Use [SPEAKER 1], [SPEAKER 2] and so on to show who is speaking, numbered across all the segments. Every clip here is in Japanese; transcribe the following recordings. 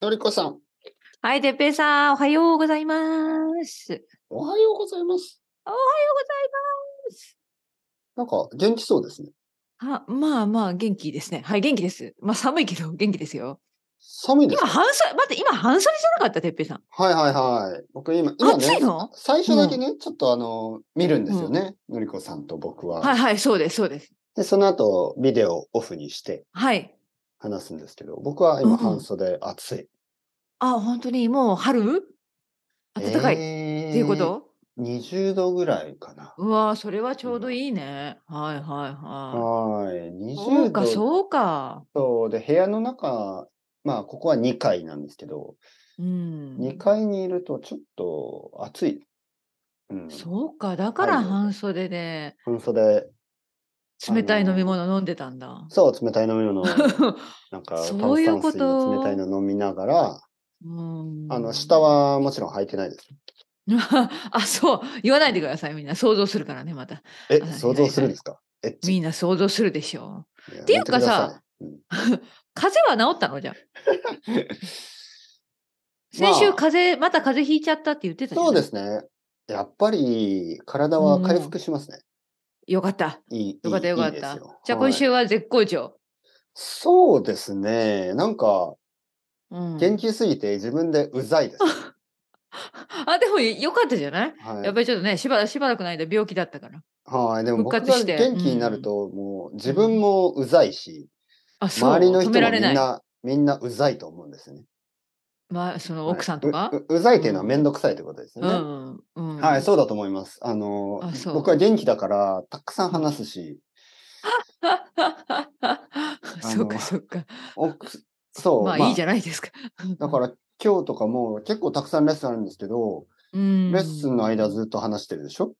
[SPEAKER 1] のりこさん、
[SPEAKER 2] はい、てっぺいさん、おはようございます。
[SPEAKER 1] おはようございます。
[SPEAKER 2] おはよ
[SPEAKER 1] なんか元気そうですね。
[SPEAKER 2] うございます。あ、まあまあ、元気ですね。はい、元気です。まあ、寒いけど、元気ですよ。
[SPEAKER 1] 寒いです
[SPEAKER 2] 今、。半袖、待って、今、半袖じゃなかった、てっぺいさん。
[SPEAKER 1] はいはいはい。僕今、今
[SPEAKER 2] 暑い
[SPEAKER 1] ね、
[SPEAKER 2] の
[SPEAKER 1] 最初だけね、ちょっとあの、見るんですよね。のりこさんと僕は。
[SPEAKER 2] はいはい、そうです、そうです。
[SPEAKER 1] で、その後、ビデオをオフにして
[SPEAKER 2] はい。
[SPEAKER 1] 話すんですけど、僕は
[SPEAKER 2] うんう
[SPEAKER 1] 今、
[SPEAKER 2] ん
[SPEAKER 1] 半袖暑い。
[SPEAKER 2] あ、本当にもう春暖かい、
[SPEAKER 1] え
[SPEAKER 2] っていうこと
[SPEAKER 1] ー ?20 度ぐらいかな。
[SPEAKER 2] うわーそれはちょうどいいね。はいは
[SPEAKER 1] はーい。
[SPEAKER 2] いはい。そ
[SPEAKER 1] 20
[SPEAKER 2] うか、
[SPEAKER 1] 度
[SPEAKER 2] そうか。
[SPEAKER 1] とで、部屋の中、まあ、ここは2階なんですけど、
[SPEAKER 2] うん。
[SPEAKER 1] 2階にいるとちょっと暑い。うん。
[SPEAKER 2] そうか、だか
[SPEAKER 1] 太
[SPEAKER 2] ら
[SPEAKER 1] 陽で
[SPEAKER 2] 半袖で
[SPEAKER 1] 半袖、あの
[SPEAKER 2] 冷たい飲み物飲んでたんだ。
[SPEAKER 1] そう、冷たい飲み 物を、なんか、
[SPEAKER 2] そういうこ
[SPEAKER 1] 炭酸水
[SPEAKER 2] と
[SPEAKER 1] の冷たいの飲みながら、
[SPEAKER 2] うん
[SPEAKER 1] あの、下。はもちろん履いてないです。
[SPEAKER 2] あ、そう。言わないでください。みんな想像するからね、 また。
[SPEAKER 1] え、
[SPEAKER 2] はい
[SPEAKER 1] 想像するんですかエッチ。
[SPEAKER 2] みんな想像するでしょ
[SPEAKER 1] や
[SPEAKER 2] ていうかさ、
[SPEAKER 1] やめてく
[SPEAKER 2] 風邪は治ったの じゃん。
[SPEAKER 1] ださいうん
[SPEAKER 2] 先週
[SPEAKER 1] まあ
[SPEAKER 2] 風邪、また風邪ひいちゃったって言ってたじゃん
[SPEAKER 1] そうですね。やっぱり、体は回復しますね。
[SPEAKER 2] よかった。
[SPEAKER 1] いい。
[SPEAKER 2] よかった
[SPEAKER 1] いい
[SPEAKER 2] よか
[SPEAKER 1] い
[SPEAKER 2] っ
[SPEAKER 1] いです
[SPEAKER 2] た。
[SPEAKER 1] よ
[SPEAKER 2] じゃあ
[SPEAKER 1] はい
[SPEAKER 2] 今週は絶好調。
[SPEAKER 1] そうですね。なんか、
[SPEAKER 2] うん
[SPEAKER 1] 元気すぎて自分でうざいです。
[SPEAKER 2] あ、でもよかったじゃない
[SPEAKER 1] はい
[SPEAKER 2] やっぱりちょっとね、しばらしばらくの間病気だったから。
[SPEAKER 1] はい、でも僕
[SPEAKER 2] 復
[SPEAKER 1] が
[SPEAKER 2] 活して
[SPEAKER 1] 元気になると、もう自分もうざいし、
[SPEAKER 2] あ、そう。
[SPEAKER 1] 周りの人も
[SPEAKER 2] 止
[SPEAKER 1] み
[SPEAKER 2] めら
[SPEAKER 1] ん
[SPEAKER 2] れない。
[SPEAKER 1] な、みんなうざいと思うんですよね。
[SPEAKER 2] まあ、その
[SPEAKER 1] はい
[SPEAKER 2] 奥さんとか。
[SPEAKER 1] うううざいっていうのはめんどくさいということです
[SPEAKER 2] う
[SPEAKER 1] よね。
[SPEAKER 2] ん。うん。
[SPEAKER 1] はい、 そうだと思います。あの
[SPEAKER 2] あそう
[SPEAKER 1] 僕は元気だから、たくさん話すし、
[SPEAKER 2] そうか、そうか。
[SPEAKER 1] 奥そう、
[SPEAKER 2] まあ、いいじゃないですか。
[SPEAKER 1] だから今日とかも結構たくさんレッスンあるんですけど、
[SPEAKER 2] うん。
[SPEAKER 1] レッスンの間ずっと話してるでしょ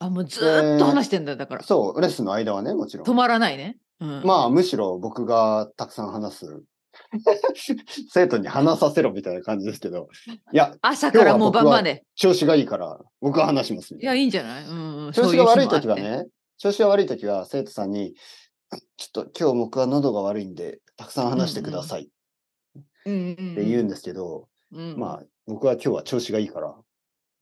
[SPEAKER 2] あ、もうずーっと話してんだ、だから。
[SPEAKER 1] そう、レッスンの間はね、もちろ
[SPEAKER 2] 止
[SPEAKER 1] ん。
[SPEAKER 2] まらないね。うん、
[SPEAKER 1] まあ、むしろ僕がたくさん話す。 生徒に話させろみたいな感じですけど。いや、
[SPEAKER 2] 朝からもう
[SPEAKER 1] 今日は
[SPEAKER 2] 晩
[SPEAKER 1] 僕は
[SPEAKER 2] まで。
[SPEAKER 1] 調子がいいから、僕は話しますみ
[SPEAKER 2] い
[SPEAKER 1] た
[SPEAKER 2] や、
[SPEAKER 1] い
[SPEAKER 2] いいんじゃない、うんうん、
[SPEAKER 1] な。調子が悪い
[SPEAKER 2] と
[SPEAKER 1] 時は。ね、調子が悪い時は生徒さんに、ちょっと今日僕は喉が悪いんで、たくさん話してくださいっ
[SPEAKER 2] うんうん、
[SPEAKER 1] て言うんですけど、
[SPEAKER 2] うん、
[SPEAKER 1] ま
[SPEAKER 2] あ、
[SPEAKER 1] あ、僕は今日は調子がいいから、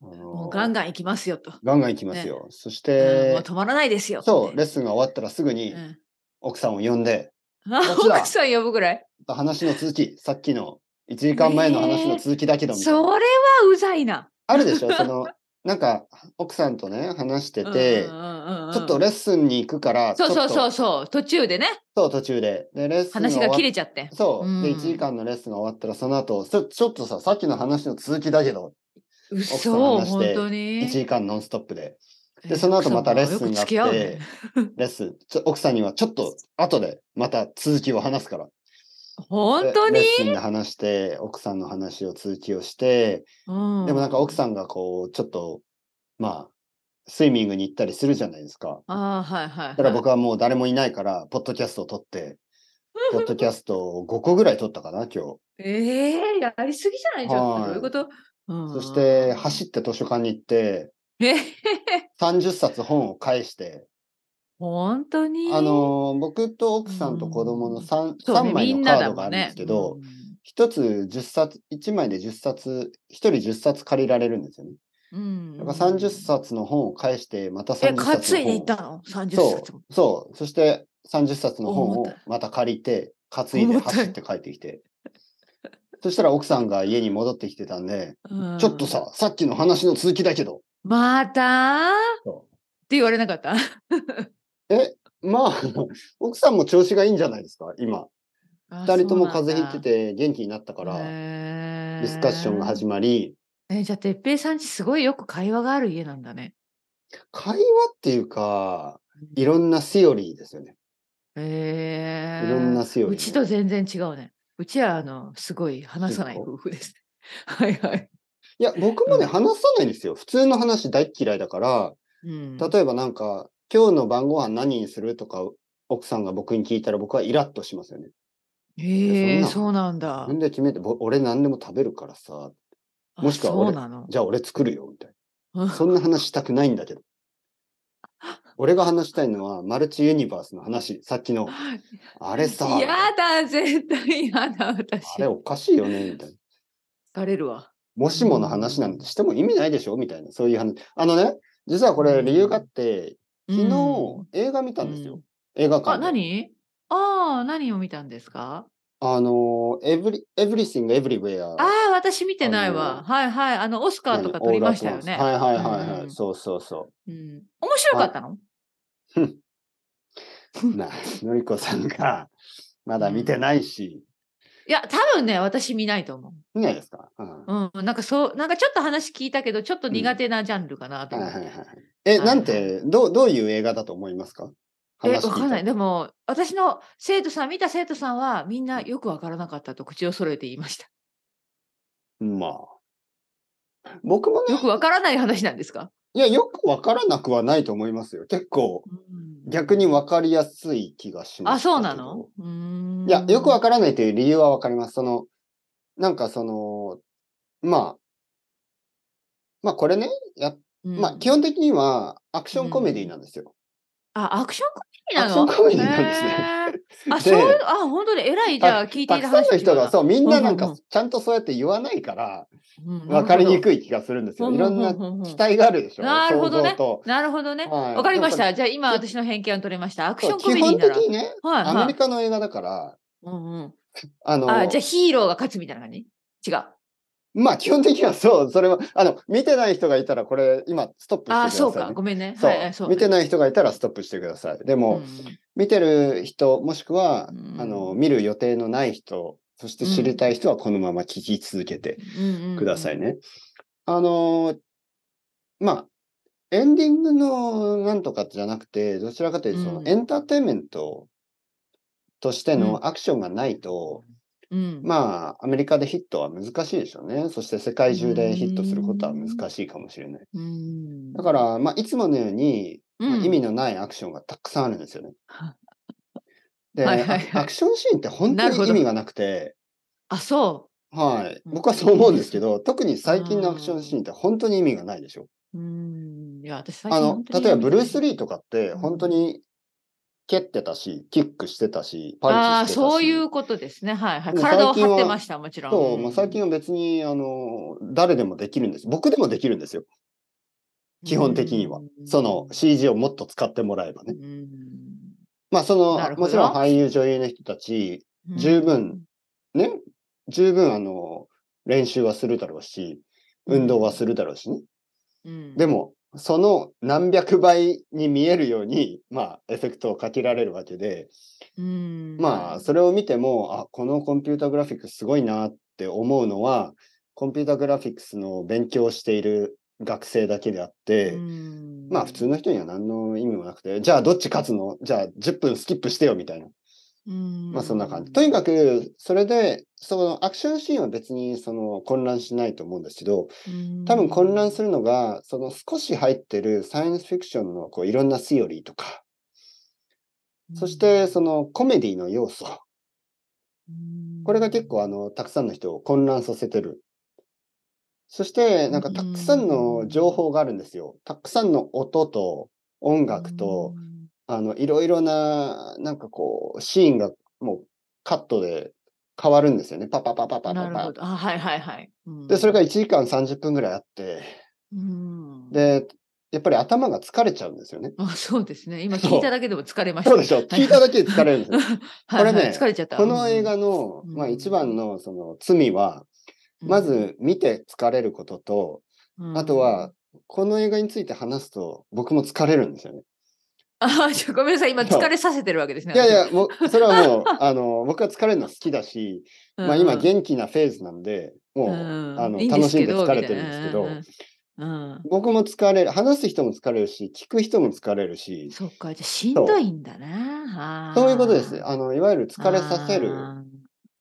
[SPEAKER 1] あの
[SPEAKER 2] もうガンガン行きますよと。
[SPEAKER 1] ガンガンいきますよ。そし
[SPEAKER 2] うんもう
[SPEAKER 1] て、
[SPEAKER 2] 止まらないですよ。
[SPEAKER 1] そう、レッ
[SPEAKER 2] ね
[SPEAKER 1] スンが終わったらすぐに
[SPEAKER 2] うん
[SPEAKER 1] 奥さんを呼んで、
[SPEAKER 2] あ
[SPEAKER 1] こちら
[SPEAKER 2] 奥さん呼ぶぐらい。
[SPEAKER 1] 話の続き、さっきの1時間前の話の続きだけどみたいな
[SPEAKER 2] それはうざいな。
[SPEAKER 1] あるでしょその、なんか、奥さんとね、話してて
[SPEAKER 2] うん、うんうんうん
[SPEAKER 1] ちょっとレッスンに行くから、
[SPEAKER 2] そうそう
[SPEAKER 1] ちょっと
[SPEAKER 2] そうそう、途中でね、
[SPEAKER 1] そう、途中で。で、レッスン
[SPEAKER 2] 話が
[SPEAKER 1] 終わっ
[SPEAKER 2] 切れちゃって。
[SPEAKER 1] そう。で、
[SPEAKER 2] うん
[SPEAKER 1] 1時間のレッスンが終わったら、その後、ちょちょっとさ、さっきの話の続きだけど、さん
[SPEAKER 2] 嘘、
[SPEAKER 1] 話し
[SPEAKER 2] 本
[SPEAKER 1] て
[SPEAKER 2] 当
[SPEAKER 1] 1
[SPEAKER 2] に。
[SPEAKER 1] 時間ノンストップで、
[SPEAKER 2] え
[SPEAKER 1] で、その後またレッスンがあって、
[SPEAKER 2] 奥さんもよく付き合うね
[SPEAKER 1] レッスン、ちょ奥さんにはちょっと後でまた続きを話すから。
[SPEAKER 2] 本当に
[SPEAKER 1] でレッスンで話して、奥さんの話を続きをして、
[SPEAKER 2] うん
[SPEAKER 1] でもなんか奥さんがこう、ちょっと、まあ、スイミングに行ったりするじゃないですか。
[SPEAKER 2] ああ、はいはい、は
[SPEAKER 1] だ
[SPEAKER 2] い。
[SPEAKER 1] から僕はもう誰もいないから、ポッドキャストを撮 って、ポッドキャストを5個ぐらい撮ったかな、今日。
[SPEAKER 2] ええやりすぎじゃないちょっ
[SPEAKER 1] はい
[SPEAKER 2] とどういうこと、うん
[SPEAKER 1] そして、走って図書館に行って、
[SPEAKER 2] え
[SPEAKER 1] 30冊本を返して、
[SPEAKER 2] 本当に
[SPEAKER 1] あのー、僕と奥さんと子供の 3,、
[SPEAKER 2] そうね
[SPEAKER 1] 三枚
[SPEAKER 2] みん
[SPEAKER 1] のカ
[SPEAKER 2] な
[SPEAKER 1] ー
[SPEAKER 2] だ
[SPEAKER 1] ドが
[SPEAKER 2] も
[SPEAKER 1] あ
[SPEAKER 2] ん
[SPEAKER 1] るんで
[SPEAKER 2] ね
[SPEAKER 1] すけど、
[SPEAKER 2] うん
[SPEAKER 1] 一つ10冊、1枚で10冊、一人10冊借りられるんですよね。
[SPEAKER 2] うん
[SPEAKER 1] だから30冊の本を返して、また30
[SPEAKER 2] え、
[SPEAKER 1] 冊の本を。
[SPEAKER 2] 担いでいったの ?30
[SPEAKER 1] そ
[SPEAKER 2] 冊も。
[SPEAKER 1] う、そう。そして30冊の本
[SPEAKER 2] 重
[SPEAKER 1] を
[SPEAKER 2] たい
[SPEAKER 1] また借りて、担いで
[SPEAKER 2] 重たい
[SPEAKER 1] 走って帰ってきて。そしたら奥さんが家に戻ってきてたんで、
[SPEAKER 2] うん
[SPEAKER 1] ちょっと。さ、さっきの話の続きだけど。
[SPEAKER 2] またっ
[SPEAKER 1] そ
[SPEAKER 2] て言われなかった
[SPEAKER 1] まあ、奥さんも調子がいいんじゃないですか、今。二人とも風邪ひいて
[SPEAKER 2] て
[SPEAKER 1] て元気になったから、デ
[SPEAKER 2] デ
[SPEAKER 1] ィスカッションが始まり、
[SPEAKER 2] えじゃあ、てっぺいさんちすごいよく会話がある家なんだね。
[SPEAKER 1] 会話っていうか、いろんなセオリーですよね。
[SPEAKER 2] ええ
[SPEAKER 1] いろんなセオリーね
[SPEAKER 2] うちと全然違うね。うちは、あの、すごい話さない夫婦です。はいはい。
[SPEAKER 1] いや、僕もね、
[SPEAKER 2] うん
[SPEAKER 1] 話さないんですよ。普通の話大っ嫌いだから、
[SPEAKER 2] うん
[SPEAKER 1] 例えばなんか、今日の晩ご飯何にするとか、奥さんが僕に聞いたら僕はイラッとしますよね。
[SPEAKER 2] ええ
[SPEAKER 1] そ
[SPEAKER 2] そうなんだ
[SPEAKER 1] な。んで決めて、ぼ俺何でも食べるからさ、
[SPEAKER 2] あ
[SPEAKER 1] もしくは
[SPEAKER 2] そう
[SPEAKER 1] 俺
[SPEAKER 2] なの。
[SPEAKER 1] じゃあ俺作るよ、みたいな。
[SPEAKER 2] うん
[SPEAKER 1] そんな話したくないんだけど。俺が話したいのは、マルチユニバースの話、さっきの、あれさ、
[SPEAKER 2] や
[SPEAKER 1] あ
[SPEAKER 2] だ、絶対やだ、私。
[SPEAKER 1] れおかしいよね、みたいな。
[SPEAKER 2] 疲れるわ。
[SPEAKER 1] もしもの話なんてしても意味ないでしょみたいな、そういう話。あのね、実はこれ理由があって、
[SPEAKER 2] うん
[SPEAKER 1] 昨日映画見たんです
[SPEAKER 2] う
[SPEAKER 1] よ。映画
[SPEAKER 2] あ、
[SPEAKER 1] 館で。
[SPEAKER 2] 何ああ、何を見たんですか
[SPEAKER 1] あの、エブリ、エブリシング、エブリウェア。
[SPEAKER 2] ああ、私見てないわ。はいはい。あの、オスカーとか取りましたよね。
[SPEAKER 1] はいはいはいはい。
[SPEAKER 2] うん
[SPEAKER 1] そうそうそ
[SPEAKER 2] うん。面白かったの
[SPEAKER 1] う。な、のりこさんが、まだ見てないし、
[SPEAKER 2] いや、多分ね、私見ないと思
[SPEAKER 1] 見ないですか、うん、は
[SPEAKER 2] う。うん。なんかそう、なんかちょっと話聞いたけど、ちょっと苦手なジャンルかないと思
[SPEAKER 1] は
[SPEAKER 2] っ
[SPEAKER 1] いは
[SPEAKER 2] て。
[SPEAKER 1] い。え、
[SPEAKER 2] はい
[SPEAKER 1] なんて、どう、どういう映画だと思いますか
[SPEAKER 2] え、
[SPEAKER 1] 話聞
[SPEAKER 2] わかんない。
[SPEAKER 1] て
[SPEAKER 2] でも、私の生徒さん、見た生徒さんは、みんなよくわからなかったと口を揃えて言い ました。
[SPEAKER 1] まあ。僕もね
[SPEAKER 2] よ、くわからない話なんですか、
[SPEAKER 1] いや、よくわからなくはないと思いますよ。結構、
[SPEAKER 2] うん
[SPEAKER 1] 逆にわかりやすい気がします。
[SPEAKER 2] あ、そうなのうーん
[SPEAKER 1] いや、よくわからないという理由はわかります。その、なんかその、まあ、まあこれね、や
[SPEAKER 2] うん
[SPEAKER 1] まあ基本的にはアクションコメディなんですよ。
[SPEAKER 2] あ、アクションコメディなの
[SPEAKER 1] アクションコメディなんですね
[SPEAKER 2] へーあ、
[SPEAKER 1] で
[SPEAKER 2] そういう、あ、本当に偉い、じゃあ聞いて
[SPEAKER 1] た
[SPEAKER 2] い
[SPEAKER 1] く
[SPEAKER 2] る
[SPEAKER 1] さん
[SPEAKER 2] 話
[SPEAKER 1] の人が、そう、みんななん
[SPEAKER 2] うん
[SPEAKER 1] か
[SPEAKER 2] うん
[SPEAKER 1] ちゃんとそうやって言わないから、
[SPEAKER 2] うん
[SPEAKER 1] わかりに
[SPEAKER 2] い。
[SPEAKER 1] くい気がするんですよ。いろんな
[SPEAKER 2] ほうほうほうほう
[SPEAKER 1] 期待があるでしょ。
[SPEAKER 2] なるほどね
[SPEAKER 1] 想像と。
[SPEAKER 2] なるほどね。わ、
[SPEAKER 1] はい
[SPEAKER 2] かりまし
[SPEAKER 1] だ
[SPEAKER 2] た。じゃあ今私の偏見を取れました。アクションコ
[SPEAKER 1] 基
[SPEAKER 2] メディ
[SPEAKER 1] 本
[SPEAKER 2] な
[SPEAKER 1] 的
[SPEAKER 2] ら。
[SPEAKER 1] にね、
[SPEAKER 2] はい
[SPEAKER 1] ア
[SPEAKER 2] は
[SPEAKER 1] メリ
[SPEAKER 2] い。
[SPEAKER 1] カの映画だから、
[SPEAKER 2] うんうん、
[SPEAKER 1] あの、
[SPEAKER 2] あ、じゃあヒーローが勝つみたいな感じ違う。
[SPEAKER 1] まあ基本的にはそう、それは、あの、見てない人がいたらこれ今ストップしてください、
[SPEAKER 2] あ、
[SPEAKER 1] ね。
[SPEAKER 2] そうか。ごめんね。
[SPEAKER 1] そう
[SPEAKER 2] はいはい、そうね、
[SPEAKER 1] 見てない人がいたらストップしてください。でも、見てる人、もしくは、
[SPEAKER 2] うん
[SPEAKER 1] あの、見る予定のない人、そして知りたい人はこのまま聞き続けて
[SPEAKER 2] うん
[SPEAKER 1] ください。ね。あのーまあ、エンディングのなんとかじゃなくて、どちらかというと、その
[SPEAKER 2] うん
[SPEAKER 1] エンターテインメントとして
[SPEAKER 2] う
[SPEAKER 1] のアクションがないと、
[SPEAKER 2] うんうんうんうん
[SPEAKER 1] まあ、アメリカでヒットは難しいでしょうね。そして世界中でヒットすることは難しいかもしれない。
[SPEAKER 2] うん
[SPEAKER 1] だから、まあ、いつものように、まあ
[SPEAKER 2] うん
[SPEAKER 1] 意味のないアクションがたくさんあるんですよ ね。で、
[SPEAKER 2] はいはいはい
[SPEAKER 1] アクションシーンって本当
[SPEAKER 2] なるほ
[SPEAKER 1] に
[SPEAKER 2] ど
[SPEAKER 1] 意味がなくて、
[SPEAKER 2] あ、そ
[SPEAKER 1] はい。
[SPEAKER 2] うん
[SPEAKER 1] 僕はそう思うんですけど、特に最近のアクションシーンって本当に意味がないでしょ。
[SPEAKER 2] う。うん。いや、私最
[SPEAKER 1] あ
[SPEAKER 2] 近
[SPEAKER 1] の
[SPEAKER 2] 本、当
[SPEAKER 1] 例
[SPEAKER 2] に
[SPEAKER 1] えばブルース・
[SPEAKER 2] やめて
[SPEAKER 1] リーとかって
[SPEAKER 2] うん
[SPEAKER 1] 本当に蹴ってたし、キックしてたし、パンチ
[SPEAKER 2] ああ、
[SPEAKER 1] してたし。
[SPEAKER 2] そういうことですね。はいはい。
[SPEAKER 1] でも
[SPEAKER 2] 体を
[SPEAKER 1] 最近
[SPEAKER 2] 張
[SPEAKER 1] は
[SPEAKER 2] ってました、もちろん。
[SPEAKER 1] そう、
[SPEAKER 2] ん
[SPEAKER 1] まあ、最近は別に、あの、誰でもできるんです。僕でもできるんですよ。基本的には。その CG をもっと使ってもらえば
[SPEAKER 2] う
[SPEAKER 1] ね。
[SPEAKER 2] ん
[SPEAKER 1] まあ、そ
[SPEAKER 2] な
[SPEAKER 1] の、
[SPEAKER 2] るほど
[SPEAKER 1] もちろん俳優、女優の人たち、十分。ね、十分あの、練習はするだろうし、運動はするだろうしね。
[SPEAKER 2] うん
[SPEAKER 1] でも、その何百倍に見えるように、まあ、エフェクトをかけられるわけで、
[SPEAKER 2] うん
[SPEAKER 1] まあ、それを見ても、あ、このコンピュータグラフィックスすごいなって思うのは、コンピュータグラフィックスの勉強をしている学生だけであって、
[SPEAKER 2] うん
[SPEAKER 1] まあ、普通の人には何の意味もなくて、じゃあ、どっち勝つのじゃあ、10分スキップしてよ、みたいな。
[SPEAKER 2] うん
[SPEAKER 1] まあそんな感じ。とにかく、それで、そのアクションシーンは別にその混乱しないと思うんですけど、
[SPEAKER 2] うん
[SPEAKER 1] 多分混乱するのが、その少し入ってるサイエンスフィクションのこういろんなセオリーとか、そしてそのコメディの要素、
[SPEAKER 2] うん
[SPEAKER 1] これが結構あの、たくさんの人を混乱させてる。そして、なんかたくさんの情報があるんですよ。たくさんの音と音楽と、あの、いろいろな、なんかこう、シーンがもうカットで変わるんですよね。パパパパ
[SPEAKER 2] うん
[SPEAKER 1] パ
[SPEAKER 2] な
[SPEAKER 1] パ
[SPEAKER 2] る
[SPEAKER 1] パ。
[SPEAKER 2] ほど。あ、はいはいはい。うん
[SPEAKER 1] で、それが1時間30分ぐらいあって、
[SPEAKER 2] うん
[SPEAKER 1] で、やっぱり頭が疲れちゃうんですよね。
[SPEAKER 2] あそうですね。今
[SPEAKER 1] そう
[SPEAKER 2] 聞いただけでも疲れました。
[SPEAKER 1] そうでし ょ聞いただけで疲れるんですよ。
[SPEAKER 2] はいはい
[SPEAKER 1] これね
[SPEAKER 2] 疲れちゃった。
[SPEAKER 1] この映
[SPEAKER 2] うん
[SPEAKER 1] 画の、
[SPEAKER 2] うん
[SPEAKER 1] まあ一番のその罪は、
[SPEAKER 2] うん
[SPEAKER 1] まず見て疲れることと、
[SPEAKER 2] うん
[SPEAKER 1] あとは、この映画について話すと僕も疲れるんですよね。
[SPEAKER 2] あちょごめんなさい、今
[SPEAKER 1] そう
[SPEAKER 2] 疲れさせてるわけですね。
[SPEAKER 1] いやいや、もうそれはもう、あの、僕は疲れるの好きだし、
[SPEAKER 2] うん、
[SPEAKER 1] まあ今元気なフェーズなんで、もう、あの、楽しんで疲れてるんですけど、
[SPEAKER 2] うんうんうん
[SPEAKER 1] 僕も疲れる、話す人も疲れるし、聞く人も疲れるし、
[SPEAKER 2] そっか、じゃあしんどいんだな。
[SPEAKER 1] そういうことです。
[SPEAKER 2] あ
[SPEAKER 1] あの、いわゆる
[SPEAKER 2] ー
[SPEAKER 1] 疲れさせる。
[SPEAKER 2] あー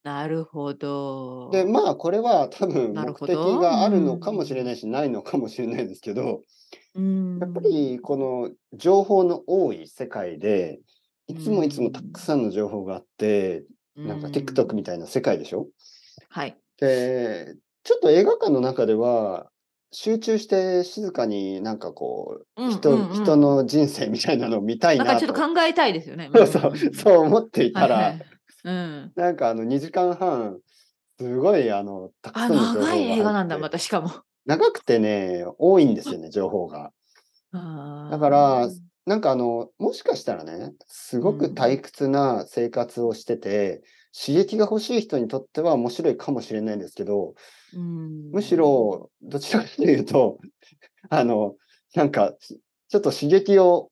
[SPEAKER 2] なるほど。
[SPEAKER 1] で、まあ、これは多分
[SPEAKER 2] なる
[SPEAKER 1] 目
[SPEAKER 2] ほ
[SPEAKER 1] 的
[SPEAKER 2] ど
[SPEAKER 1] があるのかもしれないし、ないのかもしれないですけど、
[SPEAKER 2] うん
[SPEAKER 1] やっぱりこの情報の多い世界で、いつもいつもたくさんの情報があって、なんか TikTok みたいな世界でしょ
[SPEAKER 2] はい。
[SPEAKER 1] で、ちょっと映画館の中では、集中して静かになんかこう、
[SPEAKER 2] うん
[SPEAKER 1] 人
[SPEAKER 2] うんうん
[SPEAKER 1] 人の人生みたいなのを見たい
[SPEAKER 2] なんか
[SPEAKER 1] な
[SPEAKER 2] ちょっ
[SPEAKER 1] と
[SPEAKER 2] と考えたいですよね。
[SPEAKER 1] そうそうそう思ってい
[SPEAKER 2] は
[SPEAKER 1] た
[SPEAKER 2] い
[SPEAKER 1] ら、
[SPEAKER 2] はいうん。
[SPEAKER 1] なんかあの2時間半すごいあのたくさ
[SPEAKER 2] あ、
[SPEAKER 1] んの情報が
[SPEAKER 2] 長い映画なんだ、
[SPEAKER 1] 入っ
[SPEAKER 2] ま
[SPEAKER 1] て
[SPEAKER 2] たしかも。
[SPEAKER 1] 長くてね多いんですよね情報が。
[SPEAKER 2] だ
[SPEAKER 1] だからなんかあのもしかしたらねすごく
[SPEAKER 2] うん
[SPEAKER 1] 退屈な生活をしてて、刺激が欲しい人にとっては面白いかもしれないんですけどむ
[SPEAKER 2] む
[SPEAKER 1] し、ろどちらかというと あのなんかちょっと刺激を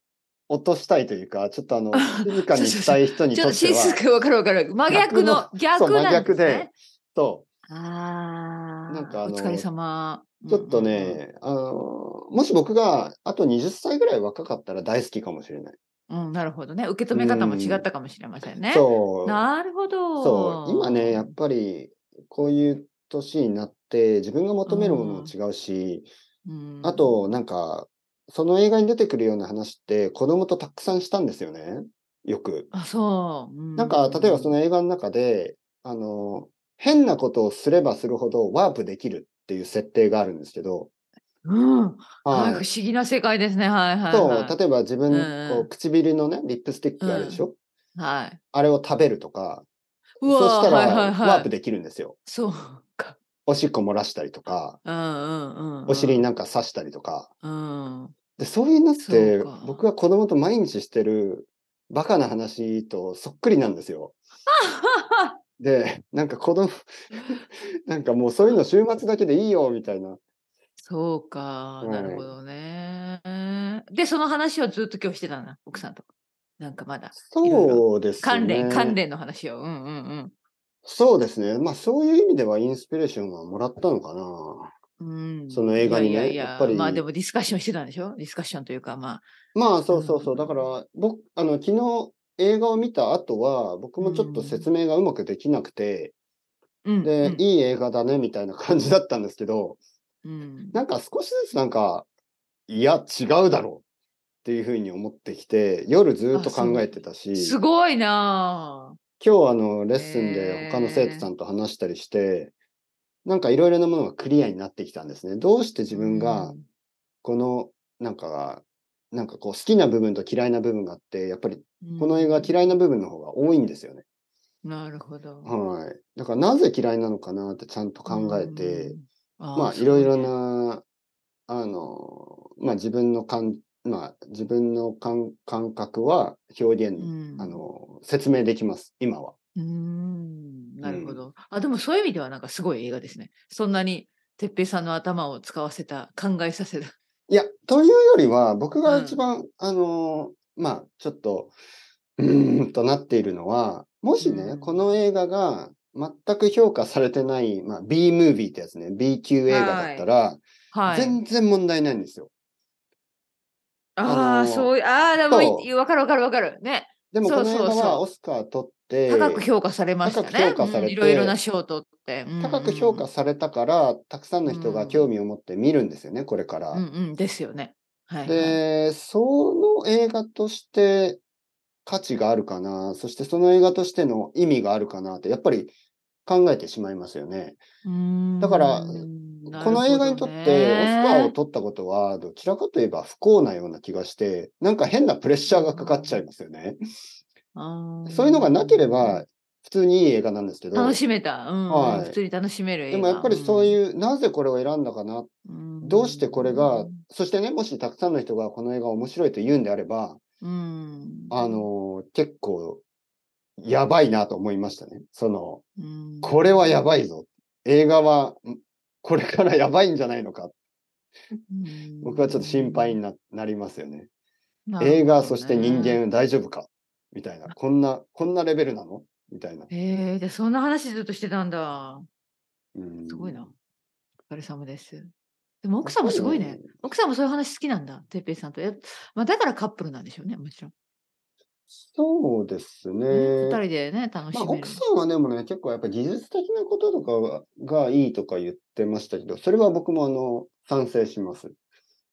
[SPEAKER 1] 落としたいというかちょっとあの静かにしたい人に
[SPEAKER 2] ちょ
[SPEAKER 1] と
[SPEAKER 2] っ
[SPEAKER 1] っ
[SPEAKER 2] と
[SPEAKER 1] て
[SPEAKER 2] 静
[SPEAKER 1] は
[SPEAKER 2] かわかるわかる。真逆の
[SPEAKER 1] そう
[SPEAKER 2] 逆
[SPEAKER 1] 真
[SPEAKER 2] なんで
[SPEAKER 1] 逆
[SPEAKER 2] す
[SPEAKER 1] で
[SPEAKER 2] ね。
[SPEAKER 1] そう
[SPEAKER 2] ああ。
[SPEAKER 1] なんかあの
[SPEAKER 2] お疲れ様。
[SPEAKER 1] ちょっとね、あの、もし僕があと20歳ぐらい若かったら大好きかもしれない。
[SPEAKER 2] うん。うん、うんなるほどね。受け止め方も違ったかもしれませんね。
[SPEAKER 1] そう。
[SPEAKER 2] なるほど。
[SPEAKER 1] そう。今ね、やっぱりこういう年になって自分が求めるものも違うし、
[SPEAKER 2] うん
[SPEAKER 1] あ、となんか、その映画に出てくるような話って子供とたくさんしたんですよね。よく。
[SPEAKER 2] あ、そう。う
[SPEAKER 1] なんか、例えばその、映画の中で、あの、変なことをすればするほどワープできるっていう設定があるんですけど、
[SPEAKER 2] うん。は、
[SPEAKER 1] はいい
[SPEAKER 2] 不思議な世界ですね。はいはい、はい。
[SPEAKER 1] そう、例えば自分、
[SPEAKER 2] うんうん
[SPEAKER 1] こう唇のね、リップスティックがあるでしょ、
[SPEAKER 2] はい。
[SPEAKER 1] あれを食べるとか、
[SPEAKER 2] う
[SPEAKER 1] そし
[SPEAKER 2] わ
[SPEAKER 1] たら
[SPEAKER 2] はいはいはい、
[SPEAKER 1] ワープできるんですよ。
[SPEAKER 2] そうか。
[SPEAKER 1] おしっこ漏らしたりとか、
[SPEAKER 2] うんうんうんうん。
[SPEAKER 1] お尻になんか刺したりとか。
[SPEAKER 2] うん。
[SPEAKER 1] で、そういうのっ
[SPEAKER 2] そう
[SPEAKER 1] て
[SPEAKER 2] か、
[SPEAKER 1] 僕が子供と毎日してるバカな話とそっくりなんですよ。で、なんか子供、 なんかもうそういうの週末だけでいいよ、みたいな。
[SPEAKER 2] そうか、
[SPEAKER 1] うん
[SPEAKER 2] なるほどね。で、その話をずっと今日してたな、奥さんと。なんかまだ。
[SPEAKER 1] そうですね。
[SPEAKER 2] 関連、関。連の話を。うんうん
[SPEAKER 1] そうですね。まあそういう意味ではインスピレーションはもらったのかな。
[SPEAKER 2] うん。うん、
[SPEAKER 1] その映画にね
[SPEAKER 2] いやいやいや
[SPEAKER 1] やっぱり
[SPEAKER 2] まあでもディスカッションしてたんでしょディスカッションというか、まあ。
[SPEAKER 1] まあそうそうそうう。
[SPEAKER 2] ん
[SPEAKER 1] だから、僕、あの、昨日映画を見た後は、僕もちょっと説明がうまくできなくて、
[SPEAKER 2] うん、
[SPEAKER 1] で、
[SPEAKER 2] うん
[SPEAKER 1] いい映画だねみたいな感じだったんですけど、
[SPEAKER 2] うん
[SPEAKER 1] なんか少しずつなんか、いや、違うだろうっていうふうに思ってきて、夜ずっと考えてたし、
[SPEAKER 2] す
[SPEAKER 1] 今
[SPEAKER 2] ごいな
[SPEAKER 1] 日あの、レッスンで他の生徒さんと話したりして、なんかいろいろなものがクリアになってきたんですね。どうして自
[SPEAKER 2] 自
[SPEAKER 1] 分が、この、なんか、なんかこう好きな部分と嫌いな部分があって、やっぱりこの映画嫌いな部分の方が多いんですよね。
[SPEAKER 2] なるほど。
[SPEAKER 1] はい。だからなぜ嫌いなのかなってちゃんと考え
[SPEAKER 2] う
[SPEAKER 1] て、
[SPEAKER 2] ん、あー
[SPEAKER 1] まあいろいろ。な、あの、まあ自分の感、まあ自分の感感覚は表現、
[SPEAKER 2] そうねうん
[SPEAKER 1] あの、説明できます、今は。
[SPEAKER 2] うーんなるほど、あ、でもそういう意味ではなんかすごい映画ですね。そんなに哲平さんの頭を使わせた、考えさせた。
[SPEAKER 1] いや、というよりは僕が
[SPEAKER 2] うん
[SPEAKER 1] 一番、あの、まあちょっと、うーんとなっているのは、もしね、
[SPEAKER 2] うん
[SPEAKER 1] この映画が全く評価されてない、まあ B ムービーってやつね、B 級映画だったら、
[SPEAKER 2] はい。
[SPEAKER 1] 全然問題ないんですよ。
[SPEAKER 2] あ
[SPEAKER 1] あ
[SPEAKER 2] あ、
[SPEAKER 1] の
[SPEAKER 2] そういう、ああ、でも
[SPEAKER 1] そう
[SPEAKER 2] いい、わかるわかるわかる。ね。
[SPEAKER 1] でもこの
[SPEAKER 2] そう
[SPEAKER 1] 映
[SPEAKER 2] そう
[SPEAKER 1] 画は
[SPEAKER 2] そう
[SPEAKER 1] オスカー取って、
[SPEAKER 2] 高く評価されましたね。
[SPEAKER 1] 高く評価されて
[SPEAKER 2] うんいろいろな賞を取って。うんうん
[SPEAKER 1] 高く評価されたから、たくさんの人が興味を持って見るんですよね、これから。
[SPEAKER 2] うんうん、ですよね。はい、はい。
[SPEAKER 1] で、その映画として価値があるかな、そしてその映画としての意味があるかなって、やっぱり考えてしまいますよね。
[SPEAKER 2] うーん
[SPEAKER 1] だから
[SPEAKER 2] なるほどね
[SPEAKER 1] この映画にとって、オスカーを取ったことは、どちらかといえば不幸なような気がして、なんか変なプレッシャーがかかっちゃいますよね。
[SPEAKER 2] あー
[SPEAKER 1] そういうのがなければ、普通にいい映画なんですけど、
[SPEAKER 2] 楽しめた、うんうん
[SPEAKER 1] はい
[SPEAKER 2] 普通に楽しめる映画
[SPEAKER 1] でもやっぱりそういう、なぜこれを選んだかな
[SPEAKER 2] うん
[SPEAKER 1] どうしてこれが
[SPEAKER 2] うん
[SPEAKER 1] そしてね、もしたくさんの人がこの映画面白いと言うんであれば、
[SPEAKER 2] うん
[SPEAKER 1] あの結構、やばいなと思いましたね。その、
[SPEAKER 2] うん
[SPEAKER 1] これはやばいぞ。映画は、んこれからやばいんじゃないのか。僕はちょっと心配にななりますよね。
[SPEAKER 2] なるほどね
[SPEAKER 1] 映画、そして人間大丈夫かみたいな。こんな、こんなレベルなのみたいな。
[SPEAKER 2] えー、でそんな話ずっとしてたんだ。
[SPEAKER 1] うん
[SPEAKER 2] すごいな。。お疲れ様です。でも奥さんもすごいね。。奥さんもそういう話好きなんだ、てっぺいさんと。えまあ、だからカップルなんでしょうね、もちろん。
[SPEAKER 1] そうですね。
[SPEAKER 2] ね二人でね、楽し
[SPEAKER 1] まあ、
[SPEAKER 2] める。
[SPEAKER 1] 奥さんはでもね、結構やっぱ技術的なこととかががいいとか言ってましたけど、それは僕もあの賛成します。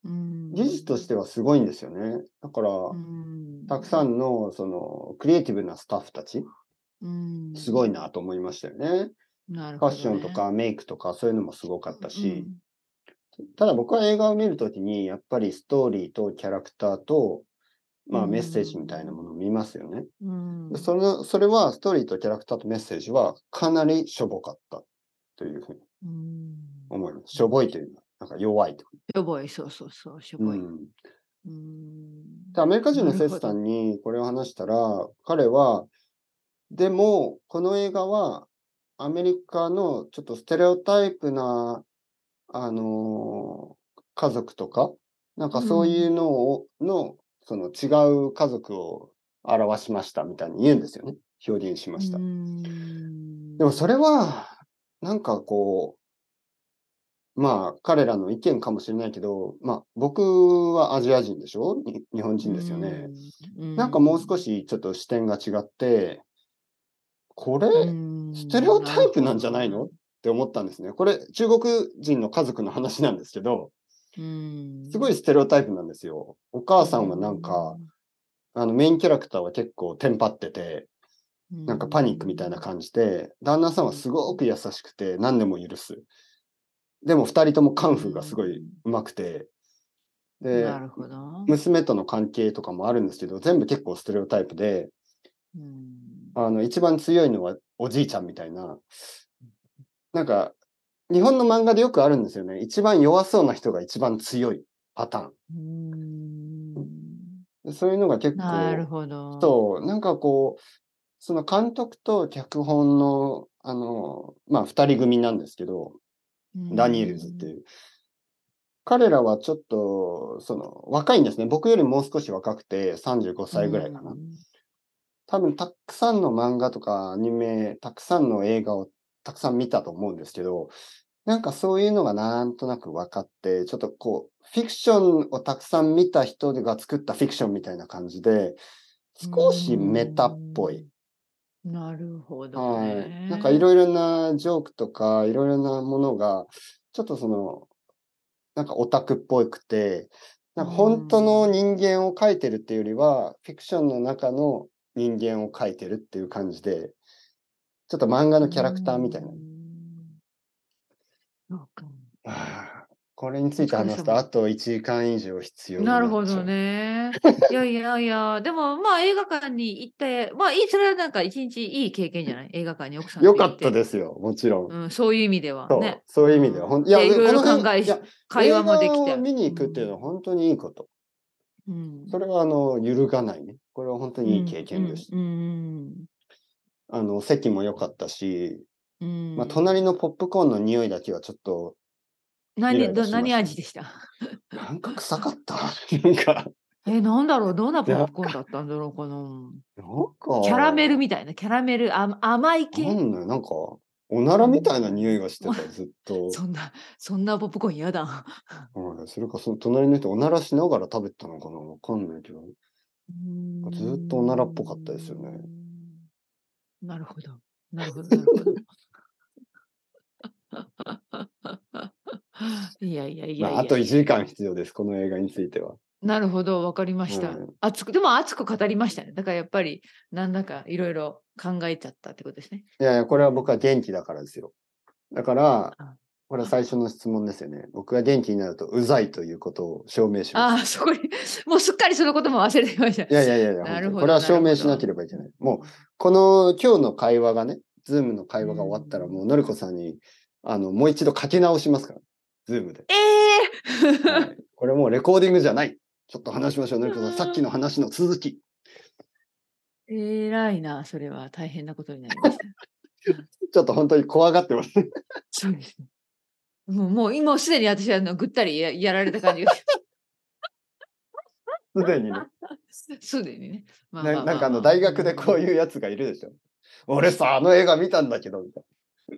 [SPEAKER 2] うん
[SPEAKER 1] 技術としてはすごいんですよね。だから、
[SPEAKER 2] うん
[SPEAKER 1] たくさんのそのクリエイティブなスタッフたち、
[SPEAKER 2] うん
[SPEAKER 1] すごいなと思いましたよね。
[SPEAKER 2] なる
[SPEAKER 1] フ
[SPEAKER 2] ほ
[SPEAKER 1] ァ
[SPEAKER 2] ど
[SPEAKER 1] ッ
[SPEAKER 2] ね
[SPEAKER 1] ションとかメイクとかそういうのもすごかったし、ただ僕は映画を見るときに、やっぱりストーリーとキャラクターと、まあ
[SPEAKER 2] うん
[SPEAKER 1] メッセージみたいなものを見ますよね。
[SPEAKER 2] うん
[SPEAKER 1] でそれそれは、ストーリーとキャラクターとメッセージはかなりしょぼかったというふうに
[SPEAKER 2] うん
[SPEAKER 1] 思います。しょぼいというのは、なんか弱いという
[SPEAKER 2] しょぼい、そうそうそう、しょ
[SPEAKER 1] か。
[SPEAKER 2] ぼい。
[SPEAKER 1] うん
[SPEAKER 2] うん
[SPEAKER 1] でアメリカ人のセスさんにこれを話したら、彼は、でも、この映画は、アメリカのちょっとステレオタイプな、あのー家族とか、なんかそういうのを、の、その違う家族を表しましたみたいに言うんですよね。表現しました。
[SPEAKER 2] うん
[SPEAKER 1] でもそれは、なんかこう、まあ彼らの意見かもしれないけど、まあ僕はアジア人でしょに日本人ですよね。。なんかもう少
[SPEAKER 2] し、
[SPEAKER 1] しちょっと視点が違って、これっ
[SPEAKER 2] うん
[SPEAKER 1] ステレオタイプなんじゃないのて思ったんですね。これ中国人の家族の話なんですけど、
[SPEAKER 2] うん
[SPEAKER 1] すごいステレオタイプなんですよ。お母さんはなんか、、あのメインキャラクターは結構テンパってて、
[SPEAKER 2] な
[SPEAKER 1] なんかパニックみたいな感じで、旦那さんはすごく優しくて何でも許す。でも二人ともカンフーがすごい上手くて、で、
[SPEAKER 2] なるほど。
[SPEAKER 1] 娘との関係とかもあるんですけど、全部結構ステレオタイプで、
[SPEAKER 2] うん
[SPEAKER 1] あの、一番強いのはおじいちゃんみたいな。なんか、日本の漫画でよくあるんですよね。一番弱そうな人が一番強いパタ
[SPEAKER 2] うん
[SPEAKER 1] ーン。そういうのが結構、
[SPEAKER 2] なるほど。
[SPEAKER 1] そう、なんかこう、その監督と脚本の、あの、まあ、二人組なんですけど、
[SPEAKER 2] うん
[SPEAKER 1] ダニエルズっていう。彼らはちょっと、その、若いんですね。僕よりもう少し若くて、35歳ぐらいかな。
[SPEAKER 2] うん
[SPEAKER 1] 多分たくさんの漫画とかアニメ、たくさんの映画をたくさん見たと思うんですけど、なんかそういうのがなんとなく分かって、ちょっとこう、フィクションをたくさん見た人が作ったフィクションみたいな感じで、少しメタっぽい。。
[SPEAKER 2] うんなるほど
[SPEAKER 1] は
[SPEAKER 2] ね。
[SPEAKER 1] い。なんかいろいろなジョークとか、いろいろなものが、ちょっとその、なんかオタクっぽくて、なんか本当の人間を描いてるっていうよりは、フィクションの中の人間を描いてるっていう感じで、ちょっと漫画のキャラクターみたいな
[SPEAKER 2] う。ん。そうか
[SPEAKER 1] あーこれについて話すと、あと1時間以上必要にっちゃ
[SPEAKER 2] な
[SPEAKER 1] う
[SPEAKER 2] るほど。ね。いやいやいや、でもまあ映画館に行って、まあいい、それはなんか一日いい経験じゃない映画館に奥さんと
[SPEAKER 1] よ
[SPEAKER 2] 行て。
[SPEAKER 1] かったですよ、もちろん。
[SPEAKER 2] うん、そういう意味では
[SPEAKER 1] そう
[SPEAKER 2] ね。
[SPEAKER 1] そういう意味では、ほんいや、
[SPEAKER 2] でいろいろ
[SPEAKER 1] この辺
[SPEAKER 2] 考えし
[SPEAKER 1] いや
[SPEAKER 2] 会話もでき
[SPEAKER 1] 映画
[SPEAKER 2] て。
[SPEAKER 1] を見に行くっていうのは本当にいいこと。
[SPEAKER 2] うん、
[SPEAKER 1] それはあの揺るがないね。これは本当にいい経験でした。
[SPEAKER 2] うんうん
[SPEAKER 1] あの席も良かったし、
[SPEAKER 2] うんうん
[SPEAKER 1] まあ、隣のポップコーンの匂いだけはちょっと、イライラし
[SPEAKER 2] 何
[SPEAKER 1] ま
[SPEAKER 2] ど
[SPEAKER 1] した
[SPEAKER 2] 何味でした
[SPEAKER 1] なんか臭かった。 なんか、
[SPEAKER 2] え、なんだろうどんなポップコーンだったんだろうこの。
[SPEAKER 1] なんか、
[SPEAKER 2] キャラメ
[SPEAKER 1] ル
[SPEAKER 2] ルみたいな、キャラメル、あ甘い
[SPEAKER 1] な
[SPEAKER 2] 系。
[SPEAKER 1] んだよなんか、おならみたいな匂いがしてた、 ずっと。
[SPEAKER 2] そんな、そんなポップコーン嫌だ。
[SPEAKER 1] うんそれか、その隣の人、おならしながら食べてたのかなわかんないけど。ずっとおならっぽかったですよね
[SPEAKER 2] うーん。なるほど。なるほど。なるほど いやいやいやいや、
[SPEAKER 1] まあ、あと1時間必要です、この映画については。
[SPEAKER 2] なるほど、わかりました、
[SPEAKER 1] うん
[SPEAKER 2] 熱く。でも熱く語りましたね。だからやっぱり、なんだかいろいろ考えちゃったってことですね。
[SPEAKER 1] いやいや、これは僕は元気だからですよ。だから
[SPEAKER 2] あ、
[SPEAKER 1] これは最初の質問ですよね。僕が元気になると、うざいということを証明します。
[SPEAKER 2] ああ、 そこに、もうすっかりそのことも忘れてました。
[SPEAKER 1] いやいやいやいや、本
[SPEAKER 2] なる
[SPEAKER 1] 当
[SPEAKER 2] ほ
[SPEAKER 1] に
[SPEAKER 2] ど
[SPEAKER 1] これは証
[SPEAKER 2] なる
[SPEAKER 1] 明
[SPEAKER 2] ほど
[SPEAKER 1] しなければいけない。もう、この今日の会話がね、ズームの会話が終わったら、
[SPEAKER 2] うん。
[SPEAKER 1] もうのりこさんに、あの、もう一度書き直しますから、ズームで
[SPEAKER 2] ええ
[SPEAKER 1] はいこれもうレコーディングじゃない。ちょっと話しましょう、のりこさん。さっきの話の続き。
[SPEAKER 2] えらいな、それは大変なことになりました。
[SPEAKER 1] ちょっと本当に怖がって ます。
[SPEAKER 2] そうですね。もう、もう今すでに私はあのぐったりややられた感 じがし
[SPEAKER 1] すでにね。
[SPEAKER 2] ます。すでにね。まあま
[SPEAKER 1] な
[SPEAKER 2] あまあま
[SPEAKER 1] なんかあの、大学でこういうやつがいるでしょ。俺さ、あの映画見たんだけど、みたい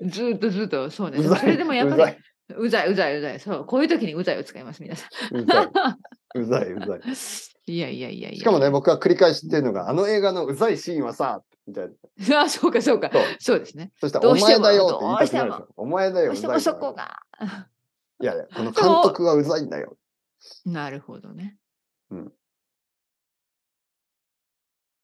[SPEAKER 2] ずーっとずーっと、そう ね。
[SPEAKER 1] な。うざい。
[SPEAKER 2] それでもやっぱ
[SPEAKER 1] うざ
[SPEAKER 2] り
[SPEAKER 1] い。
[SPEAKER 2] うざい、うざい、うざい。そう、こういう時にうざいを使います、皆さ
[SPEAKER 1] う ざい。うざい、うざい。
[SPEAKER 2] ん。いやいやいやいや。
[SPEAKER 1] しかもね、僕は繰り返し言ってるのが、あの映画のうざいシーンはさ、みたいな。
[SPEAKER 2] あ、そうか、そうか。
[SPEAKER 1] そう
[SPEAKER 2] そうですね。
[SPEAKER 1] そしたら、
[SPEAKER 2] ど
[SPEAKER 1] お
[SPEAKER 2] うして
[SPEAKER 1] 前
[SPEAKER 2] も
[SPEAKER 1] だよって言いたくなるでし
[SPEAKER 2] ど
[SPEAKER 1] ょ。お前だよ、
[SPEAKER 2] どう
[SPEAKER 1] う
[SPEAKER 2] して
[SPEAKER 1] ざ
[SPEAKER 2] も
[SPEAKER 1] い
[SPEAKER 2] そ
[SPEAKER 1] だ
[SPEAKER 2] こ
[SPEAKER 1] よ。
[SPEAKER 2] が。
[SPEAKER 1] いやいや、この監督がうざいんだよ。
[SPEAKER 2] なるほどね。
[SPEAKER 1] うん